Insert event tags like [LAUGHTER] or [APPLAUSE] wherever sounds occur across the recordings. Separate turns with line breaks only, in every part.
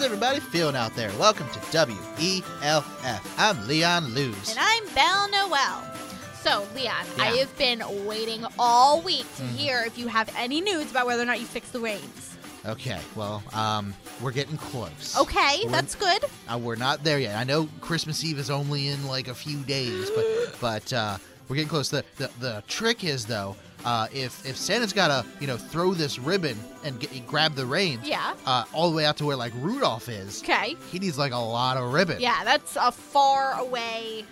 everybody feeling out there? Welcome to WELF. I'm Leon Luz.
And I'm Belle Noel. So, Leon, I
Yeah.
have been waiting all week to
Mhm.
hear if you have any news about whether or not you fixed the reins.
Okay, well, um, we're getting close.
Okay,
We're-
that's good.
Uh, we're not there yet. I know Christmas Eve is only in like a few days, but
[GASPS]
but uh, we're getting close. The, the the trick is though, uh, if if Santa's gotta you know throw this ribbon and get, grab the reins
Yeah.
uh, all the way out to where like Rudolph is,
Okay.
he needs like a lot of ribbon.
Yeah, that's a far away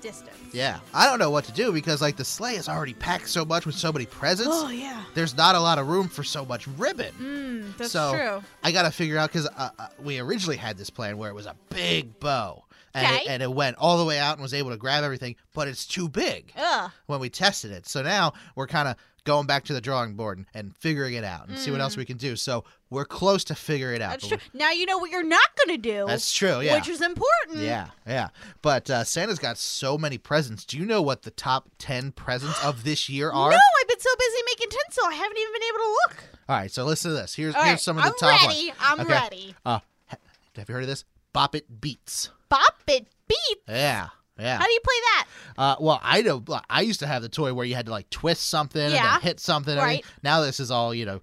distance.
Yeah. I don't know what to do because like the sleigh is already packed so much with so many presents.
Oh, yeah.
There's not a lot of room for so much ribbon.
Mm, that's
So-
true.
I gotta figure out because uh, uh, we originally had this plan where it was a big bow, and,
Okay.
it, and it went all the way out and was able to grab everything, but it's too big
Ugh.
when we tested it. So now we're kind of going back to the drawing board and, and figuring it out and see what else we can do. So we're close to figure it out.
Mm. That's
but
true.
we-
Now you know what you're not going to do,
That's true. Yeah.
which is important.
yeah, yeah. But uh, Santa's got so many presents. Do you know what the top 10 presents of this year are?
[GASPS] No, I've been so busy making tinsel, I haven't even been able to look.
All right, so listen to this. Here's,
All
here's
right,
some of the
I'm
top
ready.
ones.
I'm
Okay.
ready.
Uh, ha- have you heard of this? Bop It Beats.
Bop it, beat.
Yeah, yeah.
How do you play that?
Uh, well, I know I used to have the toy where you had to like twist something and
Yeah.
then hit something. and
Right.
everything. Now this is all you know,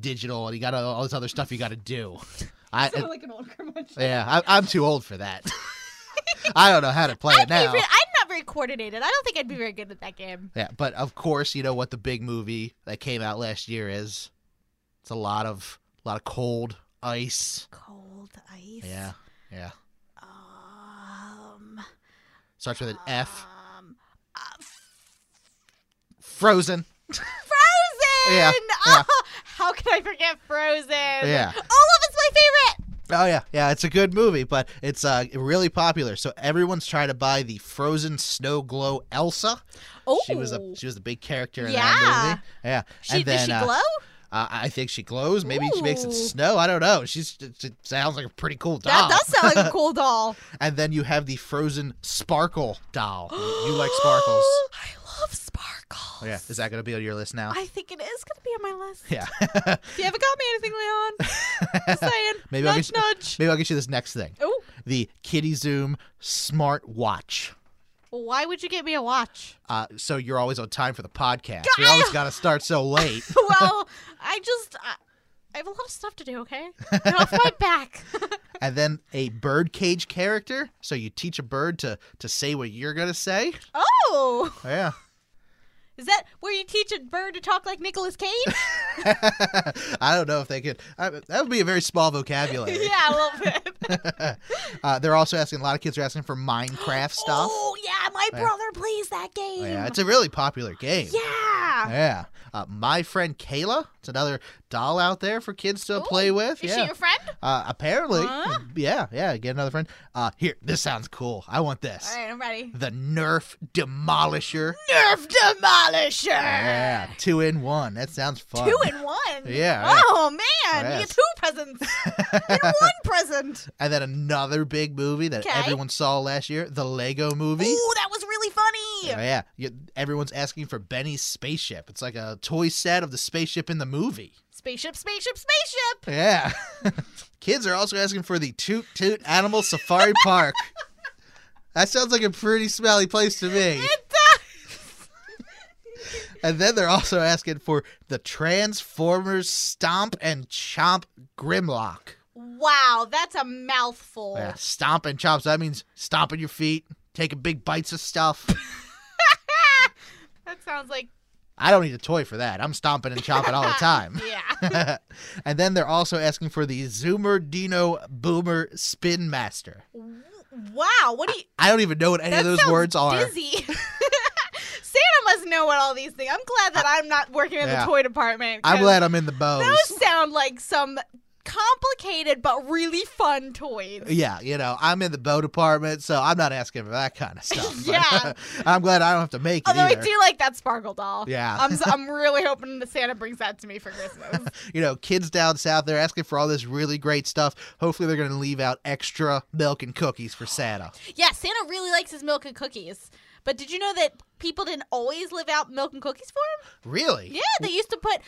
digital, and you got all this other stuff you got to do.
[LAUGHS]
I
Sounded like an old curmudgeon.
yeah, I, I'm too old for that. [LAUGHS] I don't know how to play
I'd
it now.
Be, re- I'm not very coordinated. I don't think I'd be very good at that game.
Yeah, but of course, you know what the big movie that came out last year is. It's a lot of a lot of cold ice.
Cold ice.
Yeah, yeah.
Um.
Starts with an F.
Um.
Frozen.
Frozen. [LAUGHS]
Yeah,
Oh, how can I forget Frozen?
Yeah.
All of it's my favorite.
Oh yeah, yeah, it's a good movie, but it's uh really popular. So everyone's trying to buy the Frozen Snow Glow Elsa.
Oh.
She was a she was the big character in
Yeah.
that movie. Yeah,
She,
and then
does she
uh,
glow?
Uh, I think she glows. Maybe she makes it
Ooh.
snow. I don't know. She's it, it sounds like a pretty cool doll.
That does sound like
[LAUGHS]
a cool doll.
and then you have the Frozen Sparkle doll. you you like sparkles?
[GASPS]
Oh,
I love sparkles.
Yeah, is that gonna be on your list now?
I think it is going to be
[LAUGHS]
on my list.
yeah,
You haven't got me anything, Leon.
[LAUGHS]
Just saying.
Maybe I'll
nudge,
get you-
nudge.
maybe I'll get you this next thing: [LAUGHS]
Oh,
the Kitty Zoom Smart Watch.
why would you get me a watch?
Uh, so you're always on time for the podcast. We always got to start so late. [LAUGHS]
[LAUGHS] well, I just I, I have a lot of stuff to do. Okay, get
[LAUGHS]
off my back. [LAUGHS]
And then a birdcage character. So you teach a bird to to say what you're gonna say.
oh,
Yeah. [LAUGHS]
is that where you teach a bird to talk like Nicolas Cage?
[LAUGHS] I don't know if they could. I, that would be a very small vocabulary.
[LAUGHS] yeah, a little bit.
Uh, they're also asking. A lot of kids are asking for
[GASPS]
Minecraft stuff.
[LAUGHS] Oh yeah, my
Yeah. Oh,
brother plays that game.
yeah, it's a really popular game.
Yeah.
Yeah. Uh, my friend Kayla. It's another doll out there for kids to
Ooh,
play with.
Is
yeah.
she your friend?
uh, apparently.
Huh?
Yeah. Yeah. Get another friend. Uh, here. This sounds cool. I want this.
All right,
[LAUGHS]
I'm ready.
The Nerf Demolisher.
Nerf demolisher.
Yeah, two in one. That sounds fun.
Two in one.
[LAUGHS] Yeah, yeah.
Oh man, you
Yes.
get two
[LAUGHS]
presents in one present.
And then another big movie that
'Kay.
everyone saw last year, the Lego Movie.
Ooh, that was really funny.
Oh, yeah, You- everyone's asking for Benny's spaceship. It's like a toy set of the spaceship in the movie.
Spaceship, spaceship, spaceship.
Yeah. [LAUGHS] Kids are also asking for the Toot Toot Animal [LAUGHS] Safari Park. That sounds like a pretty smelly place to me.
It does.
And then they're also asking for the Transformers Stomp and Chomp Grimlock.
Wow, that's a mouthful.
Oh, Yeah, stomping chops. That means stomping your feet, taking big bites of stuff. [LAUGHS]
That sounds like
I don't need a toy for that. I'm stomping and chomping
[LAUGHS]
all the time. [LAUGHS]
yeah.
and then they're also asking for the Zoomer Dino Boomer Spin Master.
wow, what do you?
I don't even know what any
That
of those
sounds
words are.
Dizzy. [LAUGHS] Santa must know what all these things. I'm glad that I'm not working in
Yeah.
the toy department.
I'm
'cause
glad I'm in the bows.
Those sound like some complicated but really fun toys.
Yeah, you know, I'm in the bow department, so I'm not asking for that
[LAUGHS]
kind of stuff.
Yeah.
[LAUGHS] I'm glad I don't have to make it
Although I
either.
do like that sparkle doll.
Yeah.
I'm, s- I'm really hoping that Santa brings that to me for Christmas.
[LAUGHS] You know, kids down south, they're asking for all this really great stuff. Hopefully, they're going to leave out extra milk and cookies for Santa.
Yeah, Santa really likes his milk and cookies. But did you know that people didn't always live out milk and cookies for him?
Really?
Yeah, they used to put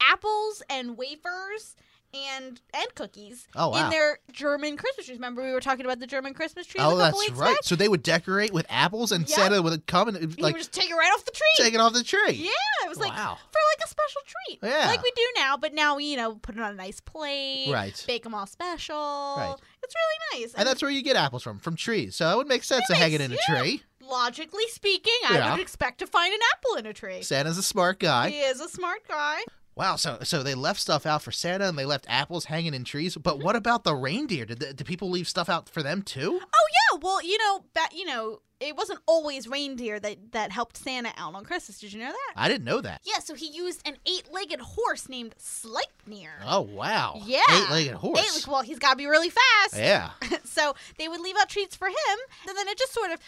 apples and wafers and and cookies
Oh, wow.
in their German Christmas trees. Remember we were talking about the German Christmas tree a
Oh,
couple
that's
weeks
right.
back?
So they would decorate with apples, and
Yep.
Santa would come and
You
like
would just take it right off the tree.
take it off the tree.
yeah, it was like
wow.
for like a special treat.
Yeah.
Like we do now, but now we, you know, put it on a nice plate.
Right.
Bake them all special.
Right.
It's really nice.
And that's where you get apples from, from trees. So it would make sense to hang it in a
makes-
tree.
logically speaking,
Yeah.
I would expect to find an apple in a tree.
Santa's a smart guy.
He is a smart guy.
Wow. So so they left stuff out for Santa, and they left apples hanging in trees.
Mm-hmm.
But what about the reindeer? Did the, did people leave stuff out for them too?
Yeah, well, you know, ba- you know, it wasn't always reindeer that that helped Santa out on Christmas. Did you know that?
I didn't know that.
Yeah, so he used an eight-legged horse named Sleipnir.
Oh wow.
Yeah.
Eight-legged horse.
Eight, well, he's got to be really fast.
yeah.
[LAUGHS] so they would leave out treats for him, and then it just sort of,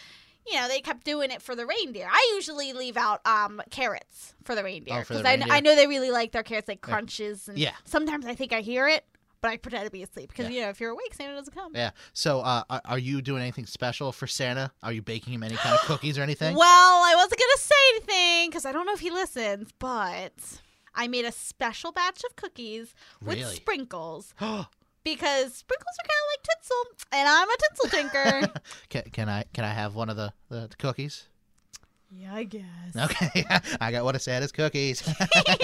you know, they kept doing it for the reindeer. I usually leave out um carrots for the reindeer
Oh, for the
I, kn-
reindeer.
I know they really like their carrots, like
Yeah.
crunches. And
Yeah.
Sometimes I think I hear it, but I pretend to be asleep because
Yeah.
you know if you're awake, Santa doesn't come.
Yeah. So uh, are, are you doing anything special for Santa? Are you baking him any kind
[GASPS]
of cookies or anything?
Well, I wasn't gonna say anything because I don't know if he listens, but I made a special batch of cookies with
Really?
sprinkles
can,
because sprinkles are kind of like tinsel, and I'm a tinsel tinker.
[GASPS] [LAUGHS] can I can I have one of the, the cookies?
yeah, I guess.
Okay, [LAUGHS] I got one of Santa's
[LAUGHS]
cookies.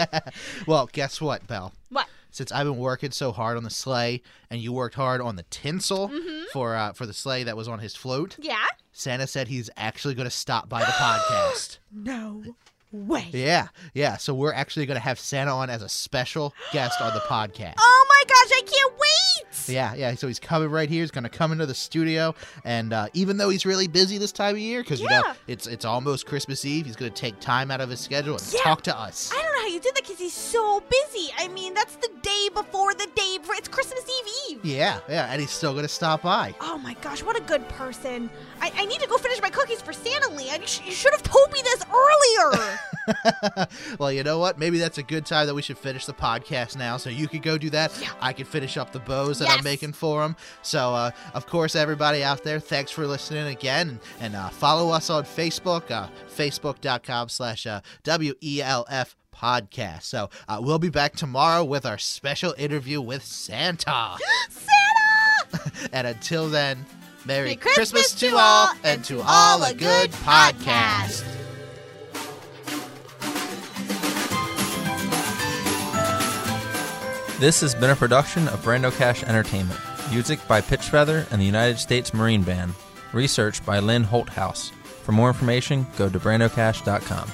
[LAUGHS] well, guess what, Belle?
What?
Since I've been working so hard on the sleigh, and you worked hard on the tinsel
Mhm.
for uh, for the sleigh that was on his float,
Yeah.
Santa said he's actually going to stop by the
[GASPS]
podcast. [GASPS]
No way.
Yeah, yeah. So we're actually going to have Santa on as a special guest
[GASPS]
on the podcast.
Oh my gosh, I can't wait!
Yeah, yeah. So he's coming right here. He's gonna come into the studio, and uh, even though he's really busy this time of year, because you know
Yeah.
it's it's almost Christmas Eve, he's gonna take time out of his schedule and
Yeah.
talk to us.
I don't know how you did that because he's so busy. I mean, that's the day before the day before. It's Christmas Eve Eve.
Yeah, yeah. And he's still gonna stop by. [LAUGHS]
Oh my gosh, what a good person. I, I need to go finish my cookies for Santa Lee. I, sh- you should have told me this earlier.
well, you know what? Maybe that's a good time that we should finish the podcast now, so you could go do that.
Yeah.
I could finish up the bows that I'm
Yes.
making for him. So, uh, of course, everybody out there, thanks for listening again, and, and uh, follow us on Facebook, uh, facebook.com slash uh, WELF podcast. So uh, we'll be back tomorrow with our special interview with [LAUGHS] Santa.
[LAUGHS] Santa!
and until then, Merry,
Merry
Christmas,
Christmas
to all, and to all a good podcast.
podcast.
This has been a production of Brando Cash Entertainment. Music by Pitchfeather and the United States Marine Band. Research by Lynn Holthouse. For more information, go to brandocash.com.